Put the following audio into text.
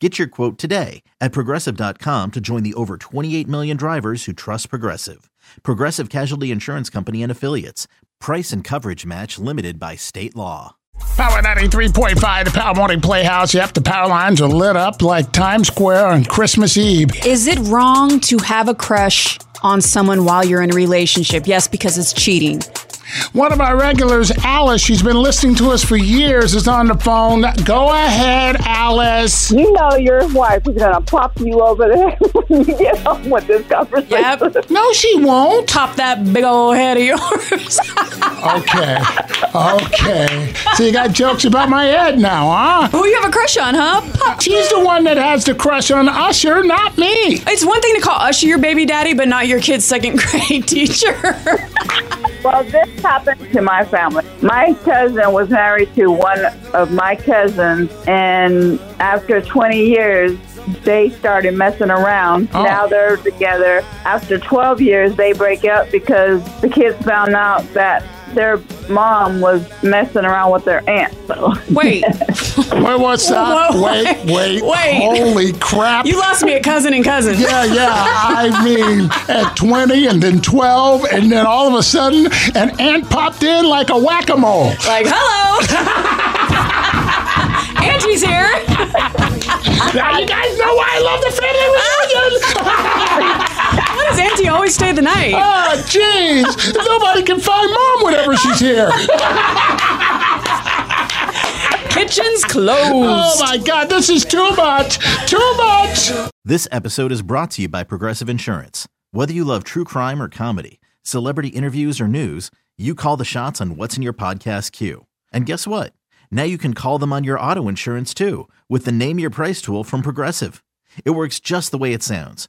Get your quote today at progressive.com to join the over 28 million drivers who trust Progressive. Progressive Casualty Insurance Company and Affiliates. Price and coverage match limited by state law. Power 93.5, the Power Morning Playhouse. Yep, the power lines are lit up like Times Square on Christmas Eve. Is it wrong to have a crush on someone while you're in a relationship? Yes, because it's cheating. One of our regulars, Alice, she's been listening to us for years, is on the phone. Go ahead, Alice. You know your wife is gonna pop you over there when you get home with this conversation. Yep. No, she won't. Top that big old head of yours. Okay. Okay. So you got jokes about my head now, huh? Who you have a crush on, huh? Pop. She's the one that has the crush on Usher, not me. It's one thing to call Usher your baby daddy, but not your kid's second grade teacher. Well, this happened to my family. My cousin was married to one of my cousins, and after 20 years, they started messing around. Oh. Now they're together. After 12 years, they break up because the kids found out that their mom was messing around with their aunt. So Wait, Wait, what's up? Whoa. Wait, wait, Wait. Holy crap. you lost me at cousin and cousin. Yeah, yeah. I mean, at 20 and then 12, and then all of a sudden, an ant popped in like a whack a mole. Like, hello. Angie's here. Now you guys know why I love the family reunion. Why does Auntie always stay the night? Oh, jeez. Nobody can find mom whenever she's here. Kitchen's closed. Oh, my God. This is too much. Too much. This episode is brought to you by Progressive Insurance. Whether you love true crime or comedy, celebrity interviews or news, you call the shots on what's in your podcast queue. And guess what? Now you can call them on your auto insurance too with the Name Your Price tool from Progressive. It works just the way it sounds.